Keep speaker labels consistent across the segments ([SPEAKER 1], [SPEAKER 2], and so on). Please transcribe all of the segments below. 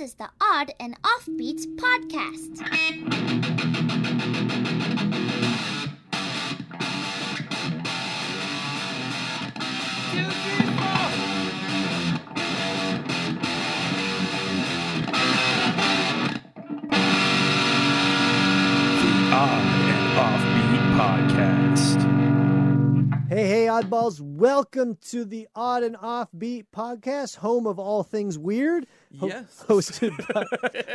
[SPEAKER 1] is the Odd and Offbeats podcast.
[SPEAKER 2] Odd and Offbeat Podcast.
[SPEAKER 3] Hey, hey, oddballs. Welcome to the Odd and Offbeat podcast, home of all things weird. ho-
[SPEAKER 4] Yes.
[SPEAKER 3] Hosted by,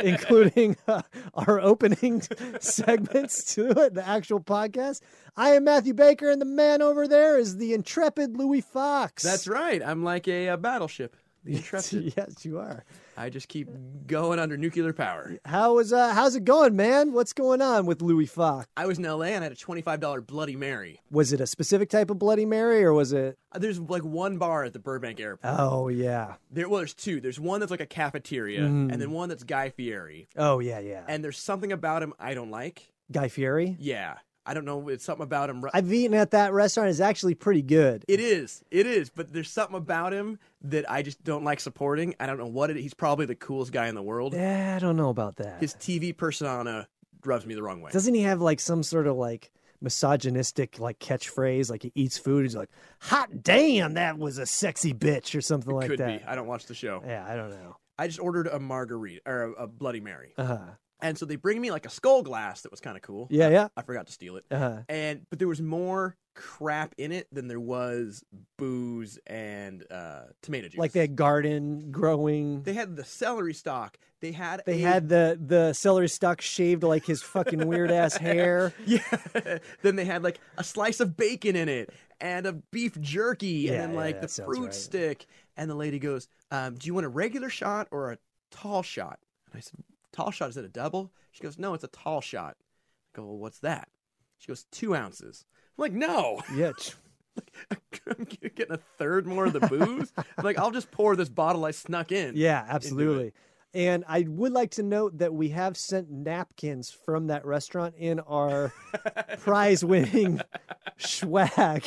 [SPEAKER 3] including uh, our opening segments to it, the actual podcast. I am Matthew Baker, and the man over there is the intrepid Louis Fox.
[SPEAKER 4] That's right. I'm like a, uh battleship. The Intrepid.
[SPEAKER 3] yes, you are.
[SPEAKER 4] I just keep going under nuclear power.
[SPEAKER 3] How is uh, how's it going, man? What's going on with Louis Fox?
[SPEAKER 4] I was in LA and I had a $25 Bloody Mary.
[SPEAKER 3] Was it a specific type of Bloody Mary, or was it?
[SPEAKER 4] Uh, There's like one bar at the Burbank airport.
[SPEAKER 3] Oh yeah,
[SPEAKER 4] There, well, there's two. There's one that's like a cafeteria, and then one that's Guy Fieri.
[SPEAKER 3] oh yeah, yeah.
[SPEAKER 4] And there's something about him I don't like.
[SPEAKER 3] Guy Fieri.
[SPEAKER 4] Yeah, I don't know. It's something about him.
[SPEAKER 3] I've eaten at that restaurant. It's actually pretty good.
[SPEAKER 4] It is. It is. But there's something about him that I just don't like supporting. I don't know what it. He's probably the coolest guy in the world.
[SPEAKER 3] Yeah, Eh, I don't know about that.
[SPEAKER 4] His TV persona rubs me the wrong way.
[SPEAKER 3] Doesn't he have like some sort of like misogynistic like catchphrase? Like he eats food, he's like, "Hot damn, that was a sexy bitch" or something like
[SPEAKER 4] Could
[SPEAKER 3] that.
[SPEAKER 4] be. I don't watch the show.
[SPEAKER 3] Yeah, I don't know.
[SPEAKER 4] I just ordered a margarita or a, a Bloody Mary,
[SPEAKER 3] Uh huh.
[SPEAKER 4] and so they bring me like a skull glass that was kind of cool.
[SPEAKER 3] Yeah, yeah.
[SPEAKER 4] I forgot to steal it,
[SPEAKER 3] Uh huh.
[SPEAKER 4] and but there was more crap in it than there was booze and uh, tomato juice.
[SPEAKER 3] Like that garden growing.
[SPEAKER 4] they had the celery stalk. They had
[SPEAKER 3] They
[SPEAKER 4] a-
[SPEAKER 3] had the the celery stalk shaved like his fucking weird ass hair.
[SPEAKER 4] yeah. then they had like a slice of bacon in it and a beef jerky,
[SPEAKER 3] Yeah,
[SPEAKER 4] and then
[SPEAKER 3] yeah,
[SPEAKER 4] like
[SPEAKER 3] that
[SPEAKER 4] the
[SPEAKER 3] sounds
[SPEAKER 4] fruit
[SPEAKER 3] right.
[SPEAKER 4] stick. And the lady goes, um, "Do you want a regular shot or a tall shot?" And I said, "Tall shot is it a double?" She goes, "No, it's a tall shot." I go, "Well, what's that?" She goes, two ounces." I'm like, "No,
[SPEAKER 3] Yeah. ch-
[SPEAKER 4] I'm getting a third more of the booze." I'm like, "I'll just pour this bottle I snuck in."
[SPEAKER 3] Yeah, absolutely. And I would like to note that we have sent napkins from that restaurant in our prize winning swag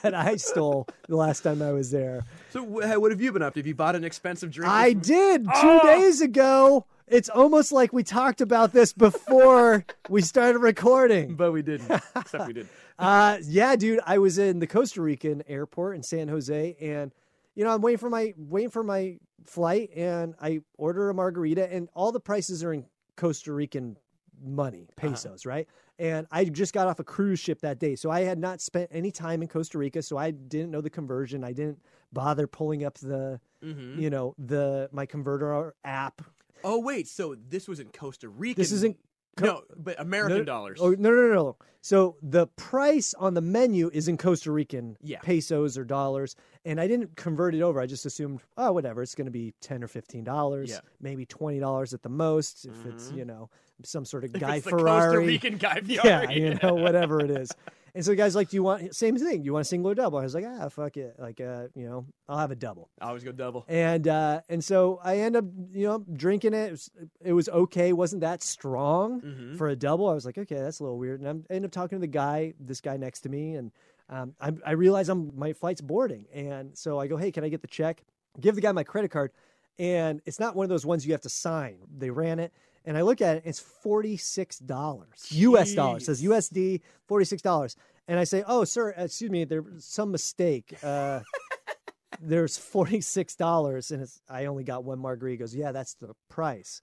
[SPEAKER 3] that I stole the last time I was there.
[SPEAKER 4] So, wh- what have you been up to? Have you bought an expensive drink?
[SPEAKER 3] I did two days ago. It's almost like we talked about this before we started recording.
[SPEAKER 4] but we didn't. Except we did.
[SPEAKER 3] Uh, yeah, dude, I was in the Costa Rican airport in San Jose, and you know I'm waiting for my waiting for my flight, and I order a margarita, and all the prices are in Costa Rican money, pesos, right? And I just got off a cruise ship that day, so I had not spent any time in Costa Rica, so I didn't know the conversion. I didn't bother pulling up the
[SPEAKER 4] Mm-hmm.
[SPEAKER 3] you know the my converter app.
[SPEAKER 4] Oh wait, so this was in Costa Rica.
[SPEAKER 3] This isn't
[SPEAKER 4] no, but American
[SPEAKER 3] no,
[SPEAKER 4] dollars.
[SPEAKER 3] Oh no no no no! So the price on the menu is in Costa Rican
[SPEAKER 4] Yeah.
[SPEAKER 3] pesos or dollars, and I didn't convert it over. I just assumed, oh whatever, it's going to be ten or fifteen dollars,
[SPEAKER 4] Yeah. Mm-hmm.
[SPEAKER 3] maybe twenty dollars at the most if it's you know some sort of
[SPEAKER 4] If
[SPEAKER 3] Guy
[SPEAKER 4] it's the Costa
[SPEAKER 3] Ferrari,
[SPEAKER 4] Rican Guy
[SPEAKER 3] yeah,
[SPEAKER 4] Fieri.
[SPEAKER 3] you know whatever it is. And so the guy's like, do you want same thing? Do you want a single or double? I was like, ah fuck it, like uh you know I'll have a double.
[SPEAKER 4] I always go double.
[SPEAKER 3] And uh, and so I end up, you know, drinking it. It was, it was okay. wasn't that strong
[SPEAKER 4] Mhm.
[SPEAKER 3] for a double. I was like, okay, that's a little weird. And I'm, I end up talking to the guy, this guy next to me, and um, I, I realize I'm my flight's boarding. And so I go, hey, can I get the check? Give the guy my credit card, and it's not one of those ones you have to sign. They ran it, and I look at it. It's forty six dollars U.S. dollars. It says
[SPEAKER 4] Jeez.
[SPEAKER 3] USD forty six dollars. And I say, oh, sir, excuse me, there's some mistake. Uh, there's forty six dollars, and it's I only got one margarita. He goes, yeah, that's the price.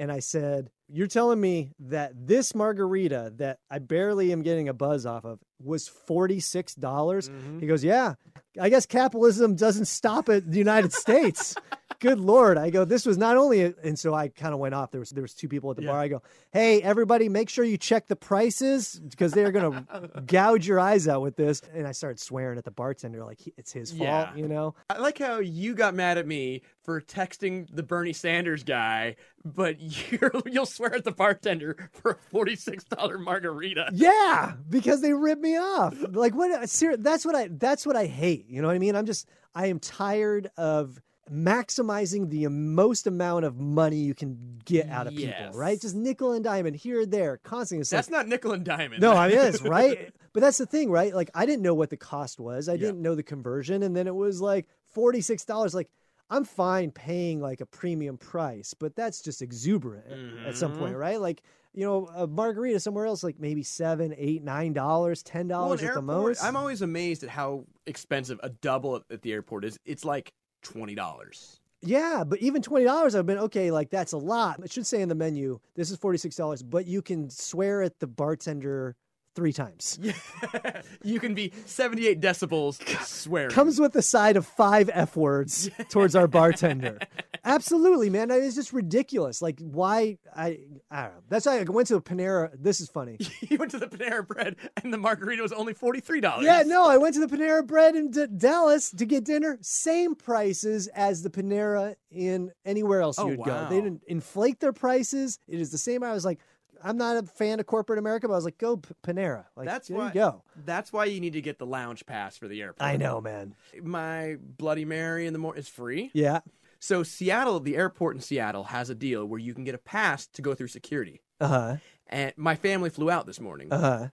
[SPEAKER 3] And I said, you're telling me that this margarita that I barely am getting a buzz off of was forty six dollars.
[SPEAKER 4] Mhm.
[SPEAKER 3] He goes, yeah, I guess capitalism doesn't stop at the United States. Good lord! I go. This was not only, a, and so I kind of went off. There was there was two people at the
[SPEAKER 4] Yeah.
[SPEAKER 3] bar. I go, hey everybody, make sure you check the prices because they're gonna gouge your eyes out with this. And I started swearing at the bartender like he- it's his fault,
[SPEAKER 4] Yeah.
[SPEAKER 3] you know.
[SPEAKER 4] I like how you got mad at me for texting the Bernie Sanders guy, but you're, you'll swear at the bartender for a forty-six dollar margarita.
[SPEAKER 3] Yeah, because they rip me off. Like what? uh, Ser- that's what I. That's what I hate. You know what I mean? I'm just. I am tired of maximizing the most amount of money you can get out of
[SPEAKER 4] Yes.
[SPEAKER 3] people. Right? Just nickel and diamond here, there, constantly. It's like,
[SPEAKER 4] That's not nickel and diamond.
[SPEAKER 3] no, I mean, it's right. But that's the thing, right? Like I didn't know what the cost was. I
[SPEAKER 4] Yeah.
[SPEAKER 3] didn't know the conversion, and then it was like forty six dollars. Like I'm fine paying like a premium price, but that's just exuberant at- at some point,
[SPEAKER 4] Mm-hmm.
[SPEAKER 3] right? Like, you know, a margarita somewhere else, like maybe seven, eight, nine dollars, ten
[SPEAKER 4] Well,
[SPEAKER 3] dollars
[SPEAKER 4] an
[SPEAKER 3] at the
[SPEAKER 4] airport-
[SPEAKER 3] most.
[SPEAKER 4] I'm always amazed at how expensive a double at- at the airport is. It's like twenty dollars.
[SPEAKER 3] Yeah, but even twenty dollars, I've been okay. Like that's a lot. It should say in the menu, this is forty six dollars, but you can swear at the bartender three times.
[SPEAKER 4] Yeah, you can be seventy-eight decibels swearing.
[SPEAKER 3] Comes with a side of five f words towards our bartender. Absolutely, man. That is just ridiculous. Like why? I I don't know. That's why I went to a Panera. This is funny.
[SPEAKER 4] you went to the Panera Bread, and the margarita was only forty-three dollars.
[SPEAKER 3] Yeah, no, I went to the Panera Bread in D- Dallas to get dinner. Same prices as the Panera in anywhere else
[SPEAKER 4] Oh,
[SPEAKER 3] you'd
[SPEAKER 4] wow.
[SPEAKER 3] go. They didn't inflate their prices. It is the same. I was like, I'm not a fan of corporate America, but I was like, go P- Panera. Like,
[SPEAKER 4] That's
[SPEAKER 3] there
[SPEAKER 4] why.
[SPEAKER 3] you go.
[SPEAKER 4] That's why you need to get the lounge pass for the airport.
[SPEAKER 3] I know, man.
[SPEAKER 4] My Bloody Mary in the morning is free.
[SPEAKER 3] Yeah.
[SPEAKER 4] So Seattle, the airport in Seattle has a deal where you can get a pass to go through security.
[SPEAKER 3] Uh huh.
[SPEAKER 4] And my family flew out this morning,
[SPEAKER 3] Uh huh.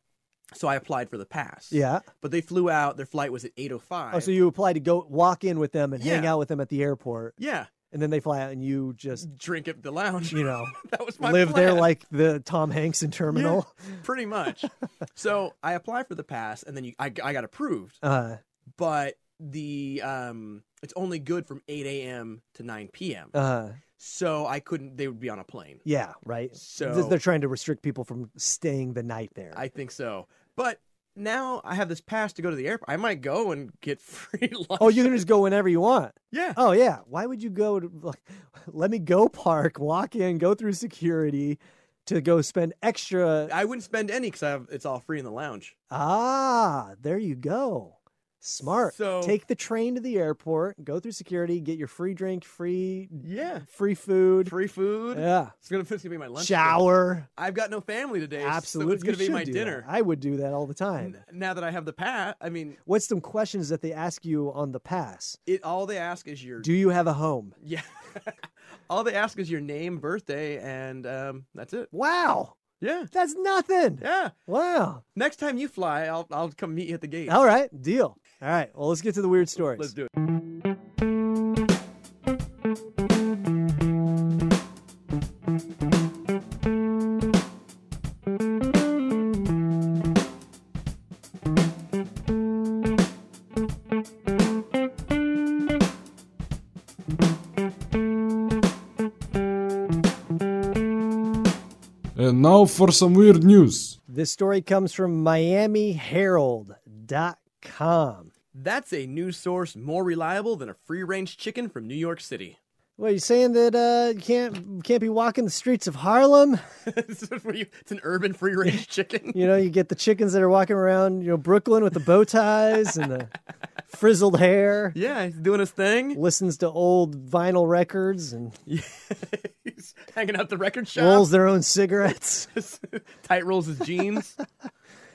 [SPEAKER 4] so I applied for the pass.
[SPEAKER 3] Yeah.
[SPEAKER 4] But they flew out. Their flight was at eight oh
[SPEAKER 3] Oh,
[SPEAKER 4] five.
[SPEAKER 3] so you apply to go walk in with them and hang
[SPEAKER 4] Yeah.
[SPEAKER 3] out with them at the airport,
[SPEAKER 4] Yeah,
[SPEAKER 3] and then they fly out, and you just,
[SPEAKER 4] drink at the lounge.
[SPEAKER 3] you know,
[SPEAKER 4] that was my
[SPEAKER 3] live there
[SPEAKER 4] plan.
[SPEAKER 3] like the Tom Hanks in Terminal.
[SPEAKER 4] pretty much. so I applied for the pass, and then you, I, I got approved.
[SPEAKER 3] Uh
[SPEAKER 4] But the um, it's only good from eight a.m. to nine p.m.
[SPEAKER 3] uh.
[SPEAKER 4] so I couldn't. They would be on a plane.
[SPEAKER 3] Yeah. Right.
[SPEAKER 4] So
[SPEAKER 3] Th- They're trying to restrict people from staying the night there.
[SPEAKER 4] I think so. But now I have this pass to go to the airport. I might go and get free lunch.
[SPEAKER 3] oh, you can just go whenever you want.
[SPEAKER 4] yeah.
[SPEAKER 3] Oh yeah. Why would you go to like, let me go park, walk in, go through security to go spend extra
[SPEAKER 4] I wouldn't spend any because I have it's all free in the lounge.
[SPEAKER 3] Ah, there you go. Smart.
[SPEAKER 4] So-
[SPEAKER 3] Take the train to the airport, go through security, get your free drink, free
[SPEAKER 4] Yeah.
[SPEAKER 3] free food.
[SPEAKER 4] Free food.
[SPEAKER 3] yeah.
[SPEAKER 4] It's gonna, it's gonna be my lunch. today.
[SPEAKER 3] Shower.
[SPEAKER 4] I've got no family today. so
[SPEAKER 3] Absolutely.
[SPEAKER 4] it's gonna
[SPEAKER 3] You
[SPEAKER 4] be my
[SPEAKER 3] should do that.
[SPEAKER 4] dinner.
[SPEAKER 3] I would do that all the time.
[SPEAKER 4] N- Now that I have the pass, I mean,
[SPEAKER 3] What's some questions that they ask you on the pass?
[SPEAKER 4] it. All they ask is your
[SPEAKER 3] Do you have a home?
[SPEAKER 4] yeah. all they ask is your name, birthday, and um, that's it.
[SPEAKER 3] Wow.
[SPEAKER 4] Yeah.
[SPEAKER 3] That's nothing.
[SPEAKER 4] Yeah.
[SPEAKER 3] Wow.
[SPEAKER 4] Next time you fly, I'll I'll come meet you at the gate.
[SPEAKER 3] All right, deal. All right, well, let's get to the weird stories.
[SPEAKER 4] Let's do it.
[SPEAKER 5] And now for some weird news.
[SPEAKER 3] This story comes from MiamiHerald.com.
[SPEAKER 4] That's a news source more reliable than a free range chicken from New York City.
[SPEAKER 3] Well, you saying that uh, you can't can't be walking the streets of Harlem?
[SPEAKER 4] This is where you- it's an urban free range chicken.
[SPEAKER 3] You know, you get the chickens that are walking around, you know, Brooklyn with the bow ties and the frizzled hair.
[SPEAKER 4] Yeah, he's doing his thing.
[SPEAKER 3] Listens to old vinyl records and
[SPEAKER 4] he's hanging out the record shop.
[SPEAKER 3] rolls their own cigarettes.
[SPEAKER 4] Tight rolls his jeans.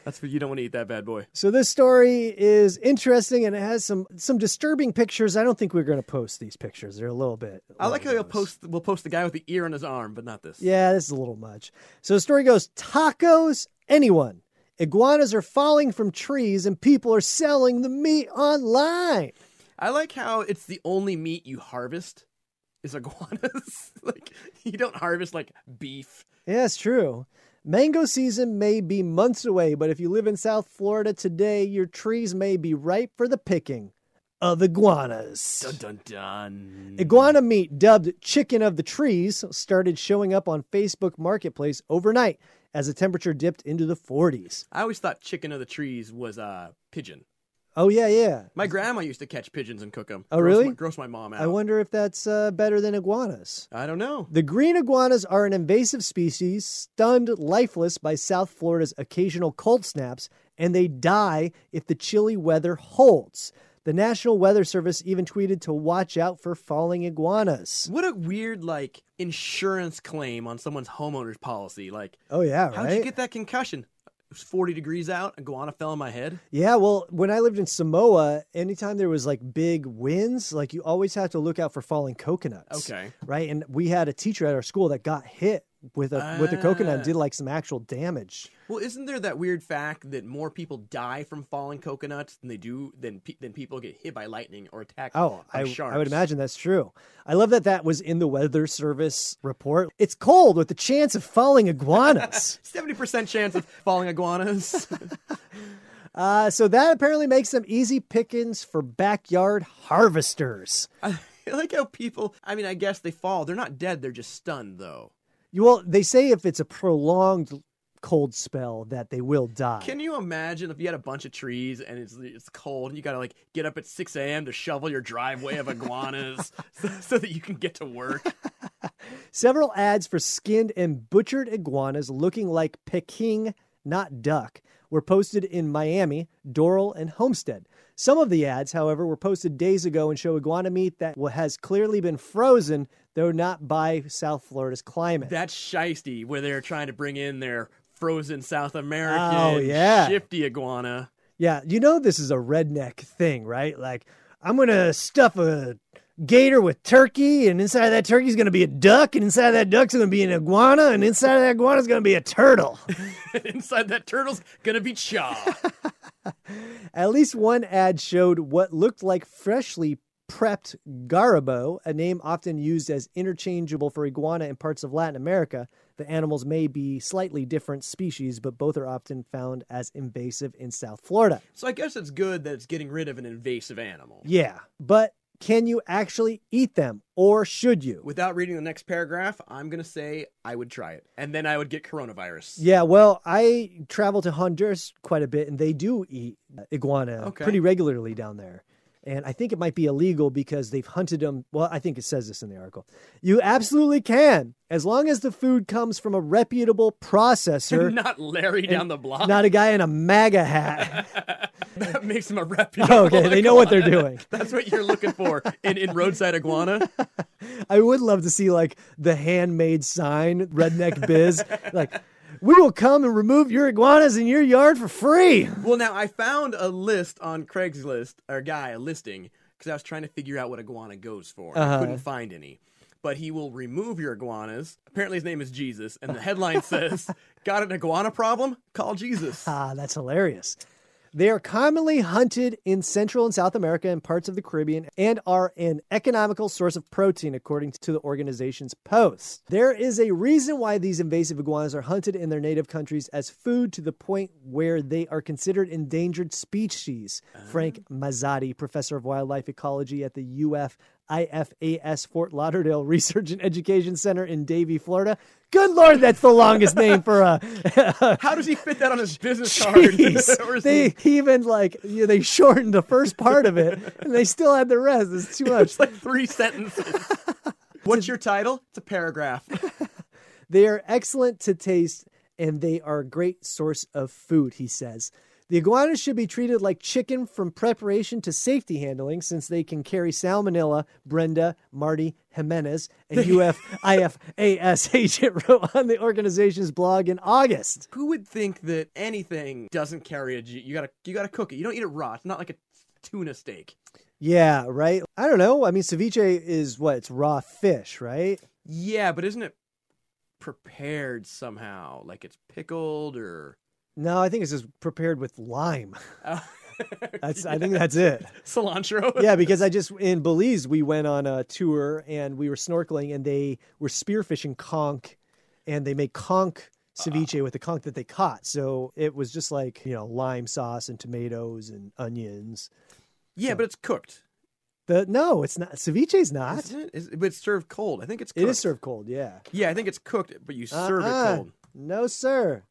[SPEAKER 4] That's what you don't want to eat that bad boy.
[SPEAKER 3] So this story is interesting and it has some some disturbing pictures. I don't think we're going to post these pictures. They're a little bit.
[SPEAKER 4] I like how
[SPEAKER 3] you'll
[SPEAKER 4] you'll post. We'll post the guy with the ear on his arm, but not this.
[SPEAKER 3] Yeah, this is a little much. So the story goes tacos, anyone. Iguanas are falling from trees and people are selling the meat online.
[SPEAKER 4] I like how it's the only meat you harvest is iguanas. like you don't harvest like beef.
[SPEAKER 3] Yeah, it's true. Mango season may be months away, but if you live in South Florida today, your trees may be ripe for the picking of iguanas.
[SPEAKER 4] Dun dun dun.
[SPEAKER 3] Iguana meat, dubbed chicken of the trees, started showing up on Facebook Marketplace overnight as the temperature dipped into the 40s.
[SPEAKER 4] I always thought chicken of the trees was a uh, pigeon.
[SPEAKER 3] Oh, yeah, yeah.
[SPEAKER 4] My grandma used to catch pigeons and cook them.
[SPEAKER 3] Oh, really?
[SPEAKER 4] My, gross my mom out.
[SPEAKER 3] I wonder if that's uh, better than iguanas.
[SPEAKER 4] I don't know.
[SPEAKER 3] The green iguanas are an invasive species, stunned lifeless by South Florida's occasional cold snaps, and they die if the chilly weather holds. The National Weather Service even tweeted to watch out for falling iguanas.
[SPEAKER 4] What a weird like insurance claim on someone's homeowner's policy. Like,
[SPEAKER 3] Oh yeah,
[SPEAKER 4] how'd
[SPEAKER 3] right?
[SPEAKER 4] you get that concussion? It was 40 degrees out. Iguana fell on my head.
[SPEAKER 3] yeah, well, when I lived in Samoa, anytime there was like big winds, like you always have to look out for falling coconuts.
[SPEAKER 4] Okay.
[SPEAKER 3] Right? And we had a teacher at our school that got hit with a with a coconut
[SPEAKER 4] Ah.
[SPEAKER 3] did like some actual damage.
[SPEAKER 4] Well, isn't there that weird fact that more people die from falling coconuts than they do than pe- than people get hit by lightning or attacked
[SPEAKER 3] Oh,
[SPEAKER 4] by
[SPEAKER 3] I,
[SPEAKER 4] sharks?
[SPEAKER 3] I would imagine that's true. I love that that was in the weather service report. It's cold with the chance of falling iguanas.
[SPEAKER 4] seventy percent chance of falling iguanas.
[SPEAKER 3] Uh, so that apparently makes them easy pickings for backyard harvesters.
[SPEAKER 4] I like how people. I mean, I guess they fall. They're not dead. They're just stunned, though.
[SPEAKER 3] You well, they say if it's a prolonged cold spell that they will die.
[SPEAKER 4] Can you imagine if you had a bunch of trees and it's it's cold and you gotta like get up at six a.m. to shovel your driveway of iguanas so, so that you can get to work?
[SPEAKER 3] Several ads for skinned and butchered iguanas looking like Peking, not duck, were posted in Miami, Doral, and Homestead. Some of the ads, however, were posted days ago and show iguana meat that wa- has clearly been frozen, though not by South Florida's climate.
[SPEAKER 4] That's shisty where they're trying to bring in their frozen South American
[SPEAKER 3] Oh, yeah.
[SPEAKER 4] shifty iguana.
[SPEAKER 3] Yeah, you know this is a redneck thing, right? Like I'm gonna stuff a gator with turkey, and inside of that turkey's gonna be a duck, and inside of that duck's gonna be an iguana, and inside of that iguana's gonna be a turtle.
[SPEAKER 4] Inside that turtle's gonna be chaw.
[SPEAKER 3] At least one ad showed what looked like freshly prepped garibo, a name often used as interchangeable for iguana in parts of Latin America. The animals may be slightly different species, but both are often found as invasive in South Florida.
[SPEAKER 4] so I guess it's good that it's getting rid of an invasive animal.
[SPEAKER 3] Yeah, but can you actually eat them, or should you?
[SPEAKER 4] Without reading the next paragraph, I'm gonna say I would try it, and then I would get coronavirus.
[SPEAKER 3] Yeah, well, I travel to Honduras quite a bit, and they do eat iguana
[SPEAKER 4] Okay.
[SPEAKER 3] pretty regularly down there. And I think it might be illegal because they've hunted them. Well, I think it says this in the article. You absolutely can, as long as the food comes from a reputable processor,
[SPEAKER 4] Not Larry down the block.
[SPEAKER 3] not a guy in a MAGA hat.
[SPEAKER 4] that makes him a reputable.
[SPEAKER 3] okay, they know what they're
[SPEAKER 4] iguana.
[SPEAKER 3] doing.
[SPEAKER 4] That's what you're looking for in, in roadside iguana.
[SPEAKER 3] I would love to see like the handmade sign, redneck biz, like. We will come and remove your iguanas in your yard for free.
[SPEAKER 4] Well, now I found a list on Craigslist, or guy, a listing, because I was trying to figure out what iguana goes for. I couldn't find any. But he will remove your iguanas. Apparently, his name is Jesus, and the headline says, Got an iguana problem? Call Jesus.
[SPEAKER 3] Ah, that's hilarious. They are commonly hunted in Central and South America and parts of the Caribbean and are an economical source of protein, according to the organization's post. There is a reason why these invasive iguanas are hunted in their native countries as food to the point where they are considered endangered species. Frank Mazzotti, professor of wildlife ecology at the UF IFAS Fort Lauderdale Research and Education Center in Davie, Florida. Good Lord, that's the longest name for a,
[SPEAKER 4] How does he fit that on his business card? Or
[SPEAKER 3] Jeez.
[SPEAKER 4] is
[SPEAKER 3] they
[SPEAKER 4] it-
[SPEAKER 3] even like yeah, they shortened the first part of it, and they still had the rest. It's too much.
[SPEAKER 4] It's like three sentences. What's your title? It's a paragraph.
[SPEAKER 3] They are excellent to taste, and they are a great source of food. He says the iguanas should be treated like chicken from preparation to safety handling, since they can carry salmonella. Brenda, Marty, Jimenez, and UFIFAS agent wrote on the organization's blog in August.
[SPEAKER 4] Who would think that anything doesn't carry a G? You gotta, you gotta cook it. You don't eat it raw. It's not like a tuna steak.
[SPEAKER 3] Yeah, right. I don't know. I mean, ceviche is what it's raw fish, right?
[SPEAKER 4] Yeah, but isn't it prepared somehow? Like it's pickled or.
[SPEAKER 3] No, I think it's just prepared with lime.
[SPEAKER 4] Oh.
[SPEAKER 3] That's I think that's it.
[SPEAKER 4] cilantro.
[SPEAKER 3] Yeah, because I just in Belize we went on a tour and we were snorkeling and they were spearfishing conch, and they made conch ceviche
[SPEAKER 4] Ah.
[SPEAKER 3] with the conch that they caught. So it was just like you know lime sauce and tomatoes and onions.
[SPEAKER 4] Yeah, but it's cooked.
[SPEAKER 3] The no, it's not ceviche's not.
[SPEAKER 4] Isn't it? Is, but it's served cold. I think it's cooked.
[SPEAKER 3] It is served cold. Yeah.
[SPEAKER 4] Yeah, I think it's cooked, but you serve
[SPEAKER 3] Uh-uh.
[SPEAKER 4] it cold.
[SPEAKER 3] No, sir.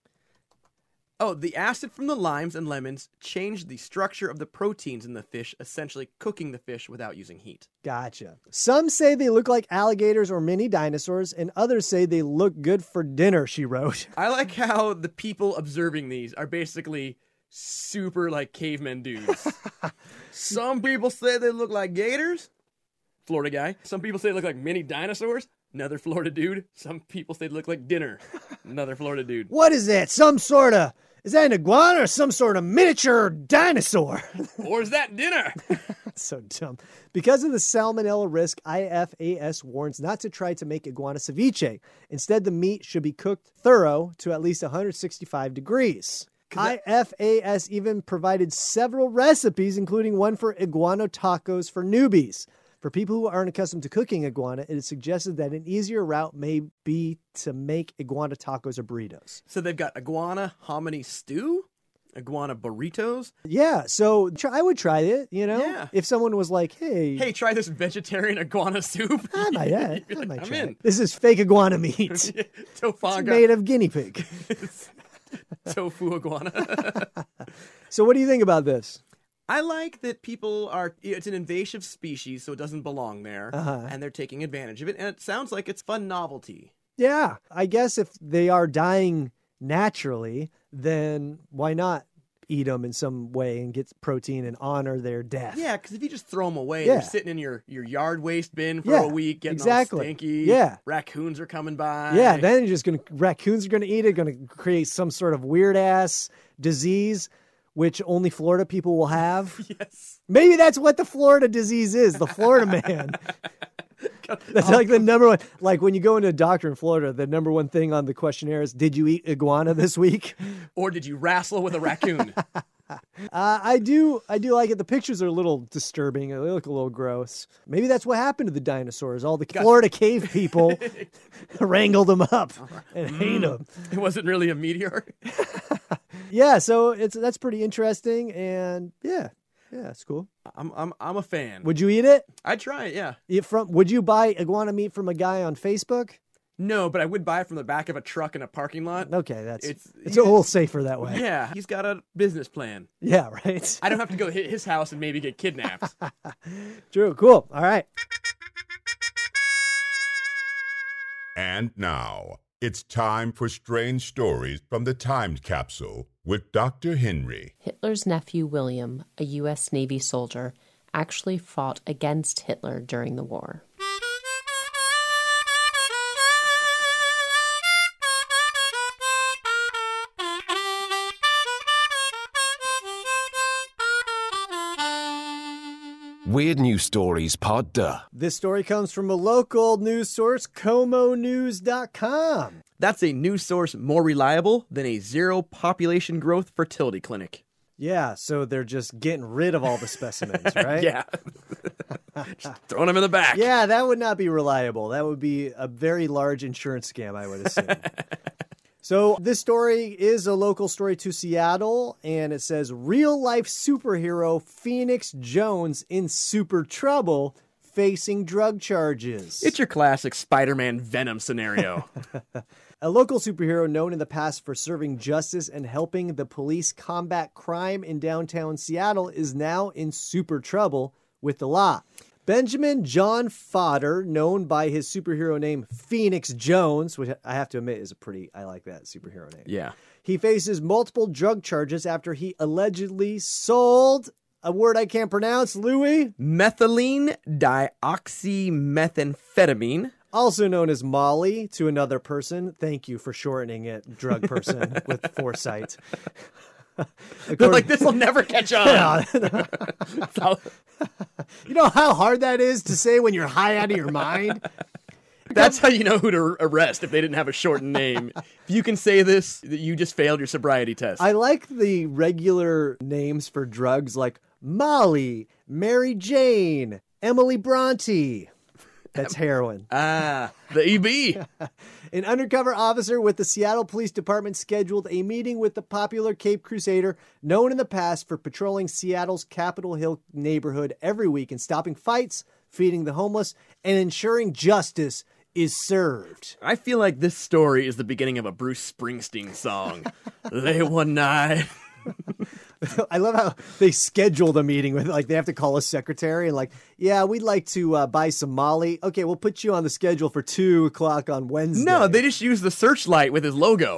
[SPEAKER 4] Oh, the acid from the limes and lemons changed the structure of the proteins in the fish, essentially cooking the fish without using heat.
[SPEAKER 3] Gotcha. Some say they look like alligators or mini dinosaurs, and others say they look good for dinner. She wrote.
[SPEAKER 4] I like how the people observing these are basically super like cavemen dudes. Some people say they look like gators. Florida guy. Some people say they look like mini dinosaurs. Another Florida dude. Some people say they look like dinner. Another Florida dude.
[SPEAKER 3] What is that? Some sort of is that an iguana or some sort of miniature dinosaur?
[SPEAKER 4] Or is that dinner?
[SPEAKER 3] so dumb. Because of the salmonella risk, IFAS warns not to try to make iguana ceviche. Instead, the meat should be cooked thorough to at least 165 degrees. IFAS even provided several recipes, including one for iguana tacos for newbies. For people who aren't accustomed to cooking iguana, it is suggested that an easier route may be to make iguana tacos or burritos.
[SPEAKER 4] So they've got iguana hominy stew, iguana burritos.
[SPEAKER 3] Yeah, so try, I would try it, you know?
[SPEAKER 4] Yeah.
[SPEAKER 3] If someone was like, hey,
[SPEAKER 4] Hey, try this vegetarian iguana soup.
[SPEAKER 3] I might, yeah,
[SPEAKER 4] You'd be
[SPEAKER 3] I
[SPEAKER 4] like,
[SPEAKER 3] might
[SPEAKER 4] I'm
[SPEAKER 3] try
[SPEAKER 4] in.
[SPEAKER 3] it. This is fake iguana meat. it's
[SPEAKER 4] Tofanga.
[SPEAKER 3] made of guinea pig.
[SPEAKER 4] Tofu iguana.
[SPEAKER 3] So what do you think about this?
[SPEAKER 4] I like that people are. It's an invasive species, so it doesn't belong there,
[SPEAKER 3] Uh-huh.
[SPEAKER 4] and they're taking advantage of it. And it sounds like it's fun novelty.
[SPEAKER 3] Yeah, I guess if they are dying naturally, then why not eat them in some way and get protein and honor their death?
[SPEAKER 4] Yeah, because if you just throw them away,
[SPEAKER 3] Yeah.
[SPEAKER 4] they're sitting in your, your yard waste bin for
[SPEAKER 3] Yeah,
[SPEAKER 4] a week, getting all
[SPEAKER 3] exactly.
[SPEAKER 4] stinky.
[SPEAKER 3] Yeah.
[SPEAKER 4] raccoons are coming by.
[SPEAKER 3] Yeah, then you're just gonna raccoons are gonna eat it, gonna create some sort of weird ass disease, which only Florida people will have.
[SPEAKER 4] yes,
[SPEAKER 3] Maybe that's what the Florida disease is, the Florida man. That's like the number one. Like when you go into a doctor in Florida, the number one thing on the questionnaire is, "Did you eat iguana this week?"
[SPEAKER 4] or did you wrestle with a raccoon?
[SPEAKER 3] Uh, I do, I do like it. The pictures are a little disturbing. They look a little gross. Maybe that's what happened to the dinosaurs. All the Florida cave people wrangled them up and ate them.
[SPEAKER 4] it wasn't really a meteor.
[SPEAKER 3] Yeah, so it's that's pretty interesting, and yeah, yeah, it's cool.
[SPEAKER 4] I'm I'm I'm a fan.
[SPEAKER 3] Would you eat it?
[SPEAKER 4] I'd try it. Yeah.
[SPEAKER 3] Eat from? Would you buy iguana meat from a guy on Facebook?
[SPEAKER 4] No, but I would buy it from the back of a truck in a parking lot.
[SPEAKER 3] Okay, that's it's,
[SPEAKER 4] It's-
[SPEAKER 3] a little safer that way.
[SPEAKER 4] Yeah, he's got a business plan.
[SPEAKER 3] Yeah, right.
[SPEAKER 4] I don't have to go hit his house and maybe get kidnapped.
[SPEAKER 3] True. Cool. All right.
[SPEAKER 6] And now, it's time for strange stories from the time capsule with Dr. Henry.
[SPEAKER 7] Hitler's nephew William, a U.S. Navy soldier, actually fought against Hitler during the war.
[SPEAKER 8] Weird News Stories Part Duh.
[SPEAKER 3] This story comes from a local news source, comonews.com.
[SPEAKER 4] That's a news source more reliable than a zero population growth fertility clinic.
[SPEAKER 3] Yeah, so they're just getting rid of all the specimens, right?
[SPEAKER 4] Yeah. Just throwing him in the back.
[SPEAKER 3] Yeah, that would not be reliable. That would be a very large insurance scam, I would assume. so, this story is a local story to Seattle, and it says real life superhero Phoenix Jones in super trouble facing drug charges.
[SPEAKER 4] It's your classic Spider Man Venom scenario.
[SPEAKER 3] A local superhero known in the past for serving justice and helping the police combat crime in downtown Seattle is now in super trouble with the law. Benjamin John Fodder, known by his superhero name Phoenix Jones, which I have to admit is a pretty, I like that superhero name.
[SPEAKER 4] yeah.
[SPEAKER 3] He faces multiple drug charges after he allegedly sold a word I can't pronounce, Louis,
[SPEAKER 4] Methylene dioxymethamphetamine.
[SPEAKER 3] also known as Molly, to another person. Thank you for shortening it, drug person with foresight.
[SPEAKER 4] They're like, this will never catch on. So,
[SPEAKER 3] You know how hard that is to say when you're high out of your mind?
[SPEAKER 4] that's how you know who to arrest if they didn't have a shortened name. If you can say this, that you just failed your sobriety test.
[SPEAKER 3] I like the regular names for drugs like Molly, Mary Jane, Emily Bronte. That's heroin.
[SPEAKER 4] ah, the EB.
[SPEAKER 3] An undercover officer with the Seattle Police Department scheduled a meeting with the popular Cape Crusader, known in the past for patrolling Seattle's Capitol Hill neighborhood every week and stopping fights, feeding the homeless, and ensuring justice is served.
[SPEAKER 4] I feel like this story is the beginning of a Bruce Springsteen song. Lay one night.
[SPEAKER 3] I love how they scheduled a meeting with like they have to call a secretary and like, yeah, we'd like to uh, buy some Molly. Okay, we'll put you on the schedule for two o'clock on Wednesday.
[SPEAKER 4] No, they just used the searchlight with his logo.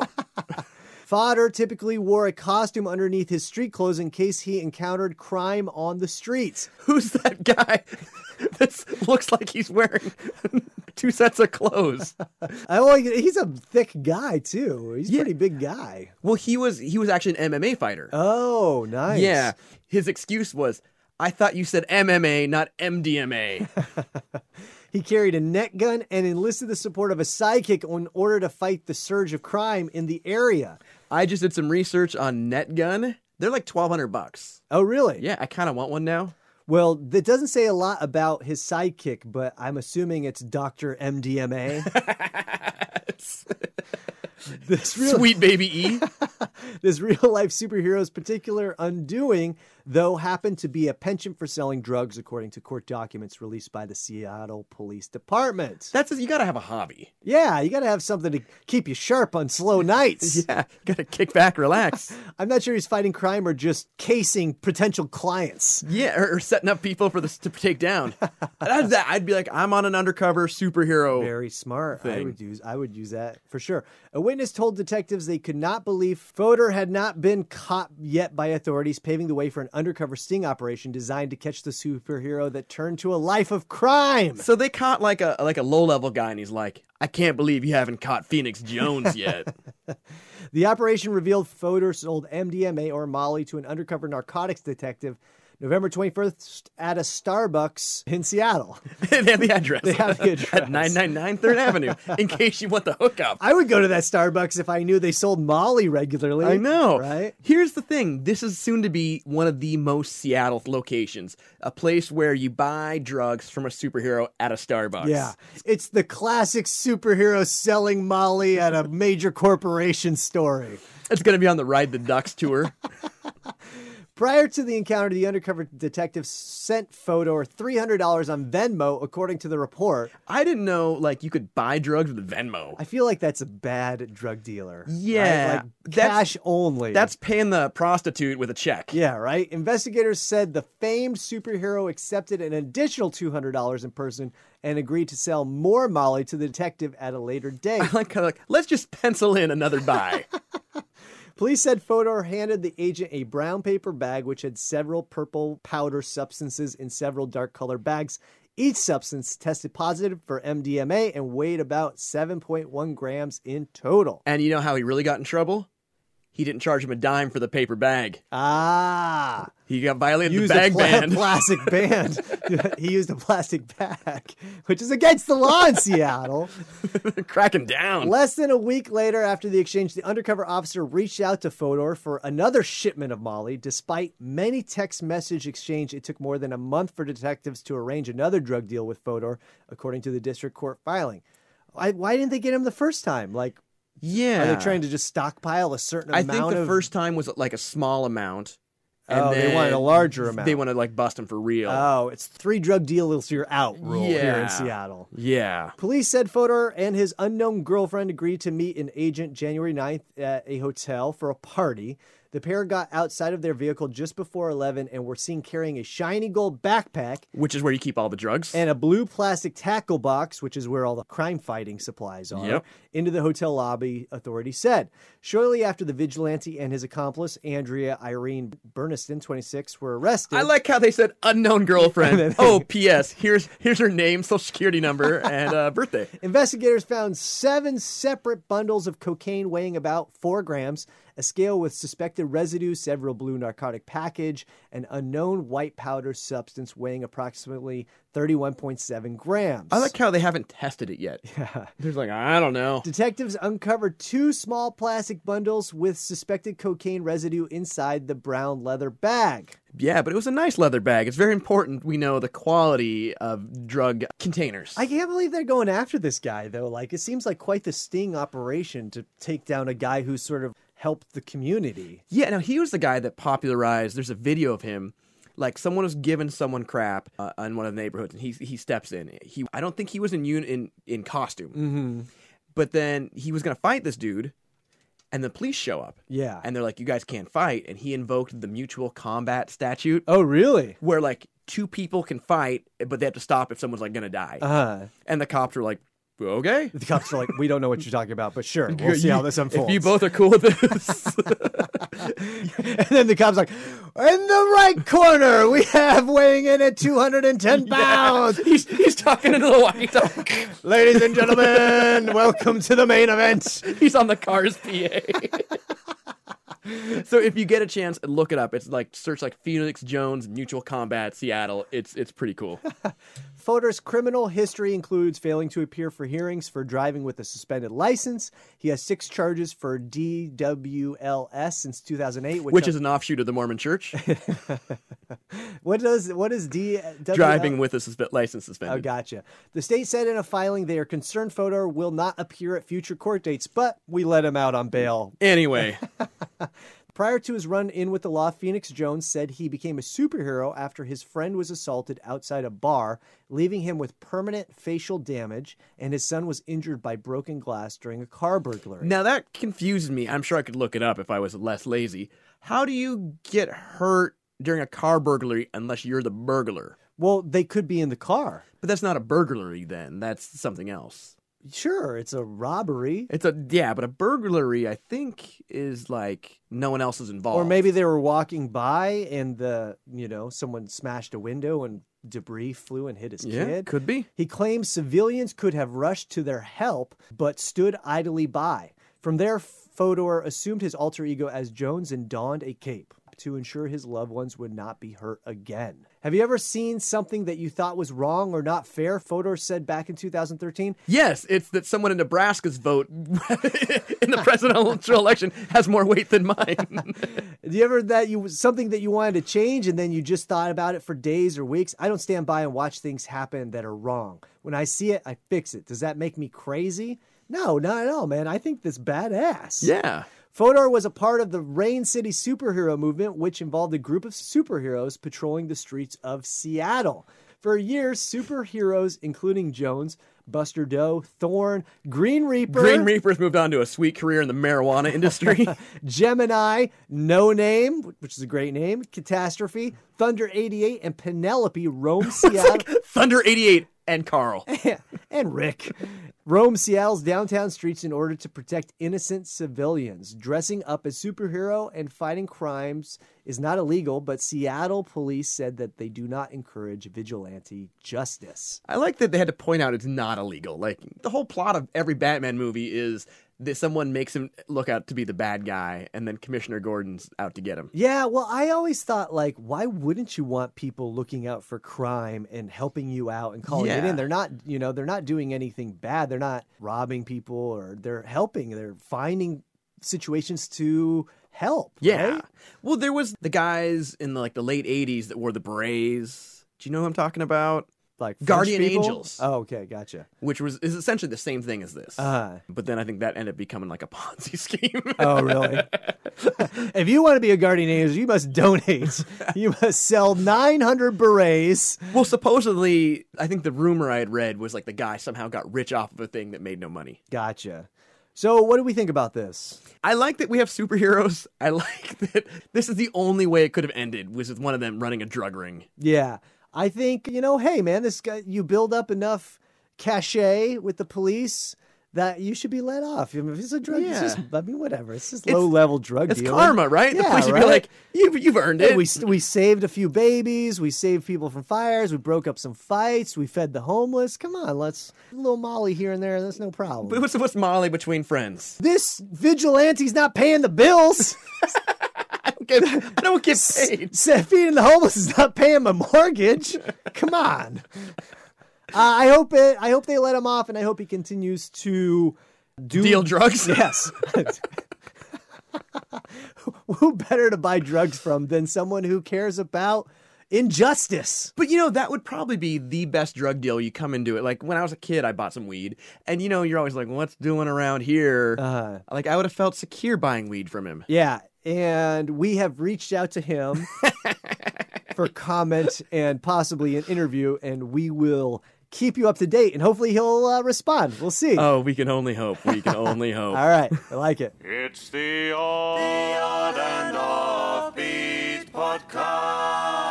[SPEAKER 3] Fodder typically wore a costume underneath his street clothes in case he encountered crime on the streets.
[SPEAKER 4] Who's that guy? This looks like he's wearing two sets of clothes.
[SPEAKER 3] I like. He's a thick guy too. He's a
[SPEAKER 4] Yeah.
[SPEAKER 3] pretty big guy.
[SPEAKER 4] well, he was he was actually an MMA fighter.
[SPEAKER 3] Oh, nice.
[SPEAKER 4] Yeah. His excuse was, I thought you said MMA, not MDMA.
[SPEAKER 3] He carried a net gun and enlisted the support of a psychic in order to fight the surge of crime in the area.
[SPEAKER 4] I just did some research on NetGun. They're like twelve hundred bucks.
[SPEAKER 3] Oh, really?
[SPEAKER 4] Yeah, I kind of want one now.
[SPEAKER 3] Well, that doesn't say a lot about his sidekick, but I'm assuming it's Dr. MDMA. this real
[SPEAKER 4] Sweet baby E.
[SPEAKER 3] this real life superhero's particular undoing, though, happened to be a penchant for selling drugs, according to court documents released by the Seattle Police Department.
[SPEAKER 4] That's you got to have a hobby.
[SPEAKER 3] Yeah, you got to have something to keep you sharp on slow nights.
[SPEAKER 4] Yeah, got to kick back, relax.
[SPEAKER 3] I'm not sure he's fighting crime or just casing potential clients.
[SPEAKER 4] Yeah, or, or setting up people for this to take down. I'd, that- I'd be like, I'm on an undercover superhero.
[SPEAKER 3] Very smart. I
[SPEAKER 4] thing.
[SPEAKER 3] would use I would use that for sure. A witness told detectives they could not believe Fodor had not been caught yet by authorities, paving the way for an undercover sting operation designed to catch the superhero that turned to a life of crime.
[SPEAKER 4] So they caught like a like a low level guy, and he's like, I can't believe you haven't caught Phoenix Jones yet.
[SPEAKER 3] The operation revealed Fodor sold MDMA or Molly to an undercover narcotics detective November 21st at a Starbucks in Seattle.
[SPEAKER 4] they have the address. They
[SPEAKER 3] have the address.
[SPEAKER 4] at 999 Third Avenue, in case you want the hookup.
[SPEAKER 3] I would go to that Starbucks if I knew they sold Molly regularly.
[SPEAKER 4] I know.
[SPEAKER 3] Right?
[SPEAKER 4] Here's the thing this is soon to be one of the most Seattle locations, a place where you buy drugs from a superhero at a Starbucks.
[SPEAKER 3] Yeah. It's the classic superhero selling Molly at a major corporation story.
[SPEAKER 4] It's going to be on the Ride the Ducks tour.
[SPEAKER 3] Prior to the encounter, the undercover detective sent Fodor $300 on Venmo, according to the report.
[SPEAKER 4] I didn't know like you could buy drugs with Venmo.
[SPEAKER 3] I feel like that's a bad drug dealer. right?
[SPEAKER 4] Yeah,
[SPEAKER 3] Like
[SPEAKER 4] that's-
[SPEAKER 3] cash only.
[SPEAKER 4] That's paying the prostitute with a check.
[SPEAKER 3] Yeah, right. Investigators said the famed superhero accepted an additional $200 in person and agreed to sell more Molly to the detective at a later date.
[SPEAKER 4] Like, kinda like, let's just pencil in another buy.
[SPEAKER 3] Police said Fodor handed the agent a brown paper bag which had several purple powder substances in several dark colored bags. Each substance tested positive for MDMA and weighed about 7.1 grams in total.
[SPEAKER 4] and you know how he really got in trouble? He didn't charge him a dime for the paper bag.
[SPEAKER 3] Ah.
[SPEAKER 4] He got violated
[SPEAKER 3] used
[SPEAKER 4] the bag
[SPEAKER 3] a pla-
[SPEAKER 4] ban.
[SPEAKER 3] plastic band. he used a plastic bag, which is against the law in Seattle.
[SPEAKER 4] Cracking down.
[SPEAKER 3] Less than a week later, after the exchange, the undercover officer reached out to Fodor for another shipment of Molly. Despite many text message exchange, it took more than a month for detectives to arrange another drug deal with Fodor, according to the district court filing. Why, why didn't they get him the first time? Like,
[SPEAKER 4] yeah.
[SPEAKER 3] are they trying to just stockpile a certain
[SPEAKER 4] I
[SPEAKER 3] amount?
[SPEAKER 4] think the
[SPEAKER 3] of...
[SPEAKER 4] first time was like a small amount.
[SPEAKER 3] Oh, they wanted a
[SPEAKER 4] then
[SPEAKER 3] larger amount.
[SPEAKER 4] They want to like bust him for real.
[SPEAKER 3] Oh, it's three drug deals you're out rule here
[SPEAKER 4] Yeah.
[SPEAKER 3] in Seattle.
[SPEAKER 4] yeah.
[SPEAKER 3] Police said Fodor and his unknown girlfriend agreed to meet an agent January 9th at a hotel for a party. The pair got outside of their vehicle just before 11 and were seen carrying a shiny gold backpack
[SPEAKER 4] Which is where you keep all the drugs.
[SPEAKER 3] and a blue plastic tackle box, which is where all the crime fighting supplies are,
[SPEAKER 4] Yep.
[SPEAKER 3] into the hotel lobby, authorities said. Shortly after the vigilante and his accomplice, Andrea Irene Berniston, 26, were arrested.
[SPEAKER 4] I like how they said unknown girlfriend. oh, P.S. Here's here's her name, social security number, and uh, birthday.
[SPEAKER 3] Investigators found seven separate bundles of cocaine weighing about four grams, a scale with suspected residue, several blue narcotic package, an unknown white powder substance weighing approximately 31.7 grams.
[SPEAKER 4] I like how they haven't tested it yet. Yeah. They're like, I don't know.
[SPEAKER 3] Detectives uncovered two small plastic bundles with suspected cocaine residue inside the brown leather bag.
[SPEAKER 4] Yeah, but it was a nice leather bag. It's very important we know the quality of drug containers.
[SPEAKER 3] I can't believe they're going after this guy though. Like it seems like quite the sting operation to take down a guy who sort of helped the community.
[SPEAKER 4] Yeah, now he was the guy that popularized. There's a video of him. Like someone was giving someone crap uh, in one of the neighborhoods, and he he steps in. He I don't think he was in un, in in costume, mm-hmm. but then he was gonna fight this dude, and the police show up.
[SPEAKER 3] Yeah.
[SPEAKER 4] and they're like, "You guys can't fight," and he invoked the mutual combat statute,
[SPEAKER 3] Oh, really?
[SPEAKER 4] where like two people can fight, but they have to stop if someone's like gonna die.
[SPEAKER 3] Uh,
[SPEAKER 4] And the cops were like, okay.
[SPEAKER 3] The cops are like, we don't know what you're talking about, but sure, we'll see
[SPEAKER 4] You-
[SPEAKER 3] how this unfolds.
[SPEAKER 4] If you both are cool with this,
[SPEAKER 3] and then the cop's like, in the right corner, we have weighing in at 210 pounds.
[SPEAKER 4] he's, he's talking into the walkie-talkie.
[SPEAKER 3] Ladies and gentlemen, welcome to the main event.
[SPEAKER 4] He's on the car's PA. so if you get a chance, look it up. It's like search like Phoenix Jones Mutual Combat Seattle. It's it's pretty cool.
[SPEAKER 3] Fodor's criminal history includes failing to appear for hearings for driving with a suspended license. He has six charges for DWLS since 2008, which,
[SPEAKER 4] Which is an offshoot of the Mormon Church.
[SPEAKER 3] what does what is DWLS?
[SPEAKER 4] Driving with a suspe- license
[SPEAKER 3] Oh,
[SPEAKER 4] suspended.
[SPEAKER 3] gotcha. The state said in a filing they are concerned Fodor will not appear at future court dates, but we let him out on bail.
[SPEAKER 4] Anyway,
[SPEAKER 3] Prior to his run in with the law, Phoenix Jones said he became a superhero after his friend was assaulted outside a bar, leaving him with permanent facial damage, and his son was injured by broken glass during a car burglary.
[SPEAKER 4] now that confused me. I'm sure I could look it up if I was less lazy. How do you get hurt during a car burglary unless you're the burglar?
[SPEAKER 3] Well, they could be in the car.
[SPEAKER 4] But that's not a burglary then. That's something else.
[SPEAKER 3] Sure, it's a robbery.
[SPEAKER 4] It's a yeah, but a burglary I think is like no one else is involved.
[SPEAKER 3] Or maybe they were walking by and the, you know, someone smashed a window and debris flew and hit his
[SPEAKER 4] yeah,
[SPEAKER 3] kid.
[SPEAKER 4] could be.
[SPEAKER 3] He claims civilians could have rushed to their help but stood idly by. From there, Fodor assumed his alter ego as Jones and donned a cape to ensure his loved ones would not be hurt again. Have you ever seen something that you thought was wrong or not fair? Fodor said back in 2013.
[SPEAKER 4] Yes, it's that someone in Nebraska's vote in the presidential election has more weight than mine.
[SPEAKER 3] Have you ever that you something that you wanted to change and then you just thought about it for days or weeks? I don't stand by and watch things happen that are wrong. When I see it, I fix it. Does that make me crazy? No, not at all, man. I think that's badass.
[SPEAKER 4] yeah.
[SPEAKER 3] Fodor was a part of the Rain City superhero movement, which involved a group of superheroes patrolling the streets of Seattle. For years, superheroes, including Jones, Buster Doe, Thorn, Green Reaper,
[SPEAKER 4] Green Reaper's moved on to a sweet career in the marijuana industry.
[SPEAKER 3] Gemini, No Name, which is a great name, Catastrophe, Thunder 88, and Penelope roam Seattle.
[SPEAKER 4] Thunder 88 and Carl.
[SPEAKER 3] and Rick roam Seattle's downtown streets in order to protect innocent civilians. Dressing up as superhero and fighting crimes is not illegal, but Seattle police said that they do not encourage vigilante justice.
[SPEAKER 4] I like that they had to point out it's not illegal. Like the whole plot of every Batman movie is that someone makes him look out to be the bad guy and then Commissioner Gordon's out to get him.
[SPEAKER 3] Yeah, well, I always thought like, why wouldn't you want people looking out for crime and helping you out and calling it
[SPEAKER 4] Yeah.
[SPEAKER 3] in? They're not, you know, they're not doing anything bad. They're not robbing people or they're helping. They're finding situations to help.
[SPEAKER 4] Yeah.
[SPEAKER 3] right?
[SPEAKER 4] Well, there was the guys in the, like the late 80s that wore the berets. Do you know who I'm talking about?
[SPEAKER 3] like French
[SPEAKER 4] Guardian
[SPEAKER 3] people?
[SPEAKER 4] Angels.
[SPEAKER 3] Oh, okay, gotcha.
[SPEAKER 4] Which was is essentially the same thing as this.
[SPEAKER 3] Uh,
[SPEAKER 4] But then I think that ended up becoming like a Ponzi scheme.
[SPEAKER 3] oh, really? if you want to be a Guardian Angel, you must donate. you must sell 900 berets.
[SPEAKER 4] well, supposedly, I think the rumor I had read was like the guy somehow got rich off of a thing that made no money.
[SPEAKER 3] Gotcha. So, what do we think about this?
[SPEAKER 4] I like that we have superheroes. I like that this is the only way it could have ended was with one of them running a drug ring.
[SPEAKER 3] Yeah, I think you know. Hey, man, this guy. You build up enough cachet with the police that you should be let off. I mean, if it's a drug, it's
[SPEAKER 4] Yeah.
[SPEAKER 3] just, I mean, whatever. It's just
[SPEAKER 4] It's-
[SPEAKER 3] low level drug
[SPEAKER 4] It's
[SPEAKER 3] dealing.
[SPEAKER 4] karma, right? the
[SPEAKER 3] Yeah,
[SPEAKER 4] police would
[SPEAKER 3] right?
[SPEAKER 4] be like, you've, you've earned
[SPEAKER 3] Hey,
[SPEAKER 4] it.
[SPEAKER 3] we we saved a few babies. We saved people from fires. We broke up some fights. We fed the homeless. Come on, let's a little Molly here and there. That's no problem.
[SPEAKER 4] what's, what's Molly between friends?
[SPEAKER 3] this vigilante's not paying the bills.
[SPEAKER 4] I don't get, I don't get paid.
[SPEAKER 3] Said feeding the homeless is not paying my mortgage. Come on. Uh, I hope it. I hope they let him off, and I hope he continues to do
[SPEAKER 4] Deal drugs?
[SPEAKER 3] Yes. Who better to buy drugs from than someone who cares about injustice?
[SPEAKER 4] But you know, that would probably be the best drug deal you come into it. Like when I was a kid, I bought some weed, and you know, you're always like, what's doing around here?
[SPEAKER 3] Uh,
[SPEAKER 4] like I would have felt secure buying weed from him.
[SPEAKER 3] yeah, and we have reached out to him for comment and possibly an interview, and we will keep you up to date, and hopefully he'll uh, respond. We'll see.
[SPEAKER 4] Oh, we can only hope. We can only hope.
[SPEAKER 3] All right, I like it.
[SPEAKER 2] It's the odd, and offbeat podcast.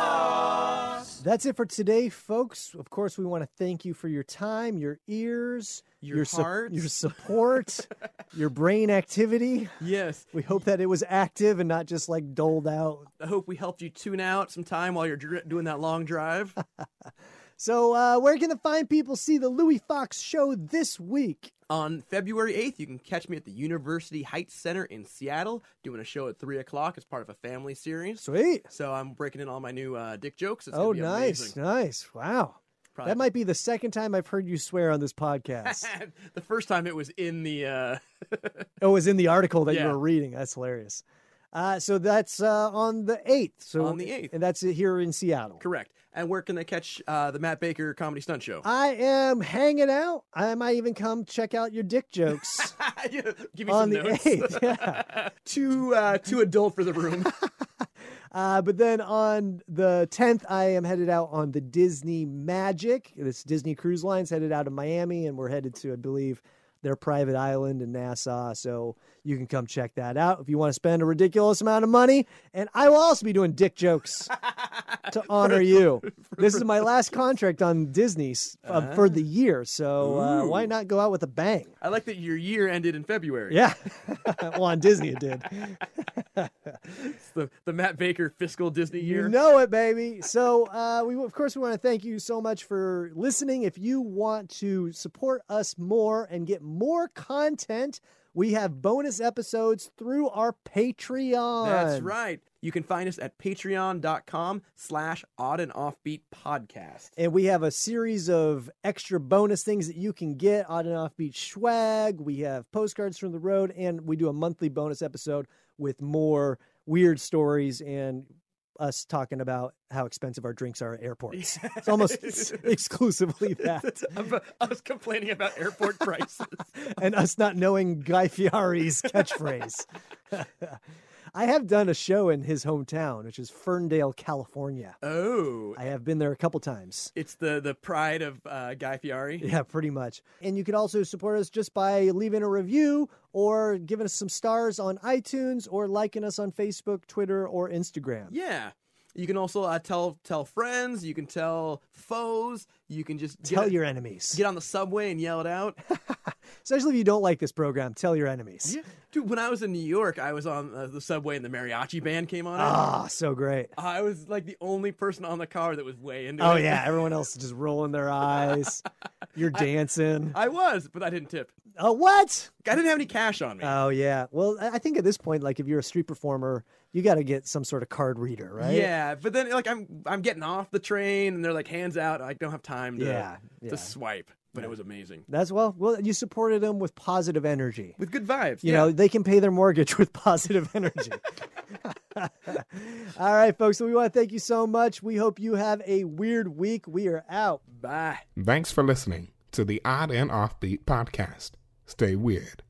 [SPEAKER 3] That's it for today, folks. Of course, we want to thank you for your time, your ears,
[SPEAKER 4] Your
[SPEAKER 3] sup-
[SPEAKER 4] hearts.
[SPEAKER 3] your support, your brain activity.
[SPEAKER 4] Yes.
[SPEAKER 3] We hope that it was active and not just like doled out.
[SPEAKER 4] I hope we helped you tune out some time while you're dri- doing that long drive.
[SPEAKER 3] So, uh, where can the fine people see the Louis Fox show this week?
[SPEAKER 4] On February 8th, you can catch me at the University Heights Center in Seattle doing a show at 3 o'clock as part of a family series.
[SPEAKER 3] Sweet.
[SPEAKER 4] So I'm breaking in all my new uh, dick jokes. It's
[SPEAKER 3] oh,
[SPEAKER 4] gonna be
[SPEAKER 3] nice,
[SPEAKER 4] Amazing.
[SPEAKER 3] nice. Wow.
[SPEAKER 4] Probably-
[SPEAKER 3] That might be the second time I've heard you swear on this podcast.
[SPEAKER 4] the first time it was in the. Uh...
[SPEAKER 3] Oh, it was in the article that you
[SPEAKER 4] Yeah.
[SPEAKER 3] were reading. That's hilarious. Uh, so that's uh, on the eighth. So
[SPEAKER 4] On the 8th.
[SPEAKER 3] and that's here in Seattle.
[SPEAKER 4] Correct. And where can I catch uh, the Matt Baker comedy stunt show?
[SPEAKER 3] I am hanging out. I might even come check out your dick jokes
[SPEAKER 4] Yeah, Give me
[SPEAKER 3] on
[SPEAKER 4] some
[SPEAKER 3] the
[SPEAKER 4] notes.
[SPEAKER 3] eighth. Yeah.
[SPEAKER 4] too uh, too adult for the room.
[SPEAKER 3] Uh, but then on the tenth, I am headed out on the Disney Magic. This Disney Cruise Line's headed out of Miami, and we're headed to, I believe, their private island in Nassau. So you can come check that out if you want to spend a ridiculous amount of money. And I will also be doing dick jokes to honor you. This is my last contract on Disney s- uh, for the year, so uh, why not go out with a bang?
[SPEAKER 4] I like that your year ended in February.
[SPEAKER 3] Yeah, well, on Disney it did.
[SPEAKER 4] It's the, the Matt Baker fiscal Disney year.
[SPEAKER 3] You know it, baby. So, uh, we of course we want to thank you so much for listening. If you want to support us more and get more content, we have bonus episodes through our Patreon.
[SPEAKER 4] That's right. You can find us at patreon.com slash odd and offbeat podcast.
[SPEAKER 3] And we have a series of extra bonus things that you can get on and off beach swag. We have postcards from the road, and we do a monthly bonus episode with more weird stories and us talking about how expensive our drinks are at airports. It's almost exclusively that.
[SPEAKER 4] I'm- I was complaining about airport prices.
[SPEAKER 3] and us not knowing Guy Fieri's catchphrase. I have done a show in his hometown, which is Ferndale, California.
[SPEAKER 4] oh,
[SPEAKER 3] I have been there a couple times.
[SPEAKER 4] it's the, the pride of uh, Guy Fieri.
[SPEAKER 3] Yeah, pretty much. And you can also support us just by leaving a review or giving us some stars on iTunes or liking us on Facebook, Twitter, or Instagram.
[SPEAKER 4] Yeah. You can also uh, tell tell friends. You can tell foes. You can just
[SPEAKER 3] Tell
[SPEAKER 4] get,
[SPEAKER 3] your enemies.
[SPEAKER 4] get on the subway and yell it out.
[SPEAKER 3] Especially if you don't like this program, tell your enemies.
[SPEAKER 4] Dude, when I was in New York, I was on uh, the subway and the mariachi band came on. it.
[SPEAKER 3] Ah, so great.
[SPEAKER 4] I was like the only person on the car that was way into
[SPEAKER 3] Oh,
[SPEAKER 4] it.
[SPEAKER 3] yeah. Everyone else is just rolling their eyes. You're dancing.
[SPEAKER 4] I was, but I didn't tip.
[SPEAKER 3] Oh, what?
[SPEAKER 4] I didn't have any cash on me.
[SPEAKER 3] Oh, yeah. Well, I I think at this point, like if you're a street performer, you got to get some sort of card reader, right?
[SPEAKER 4] Yeah, but then like I'm I'm getting off the train and they're like hands out. I don't have time to
[SPEAKER 3] Yeah, yeah.
[SPEAKER 4] to swipe. But it was amazing
[SPEAKER 3] That's well, well, you supported them with positive energy.
[SPEAKER 4] with good vibes.
[SPEAKER 3] You
[SPEAKER 4] yeah.
[SPEAKER 3] know, they can pay their mortgage with positive energy. All right, folks. So we want to thank you so much. We hope you have a weird week. We are out.
[SPEAKER 4] bye.
[SPEAKER 9] Thanks for listening to the Odd and Offbeat podcast. Stay weird.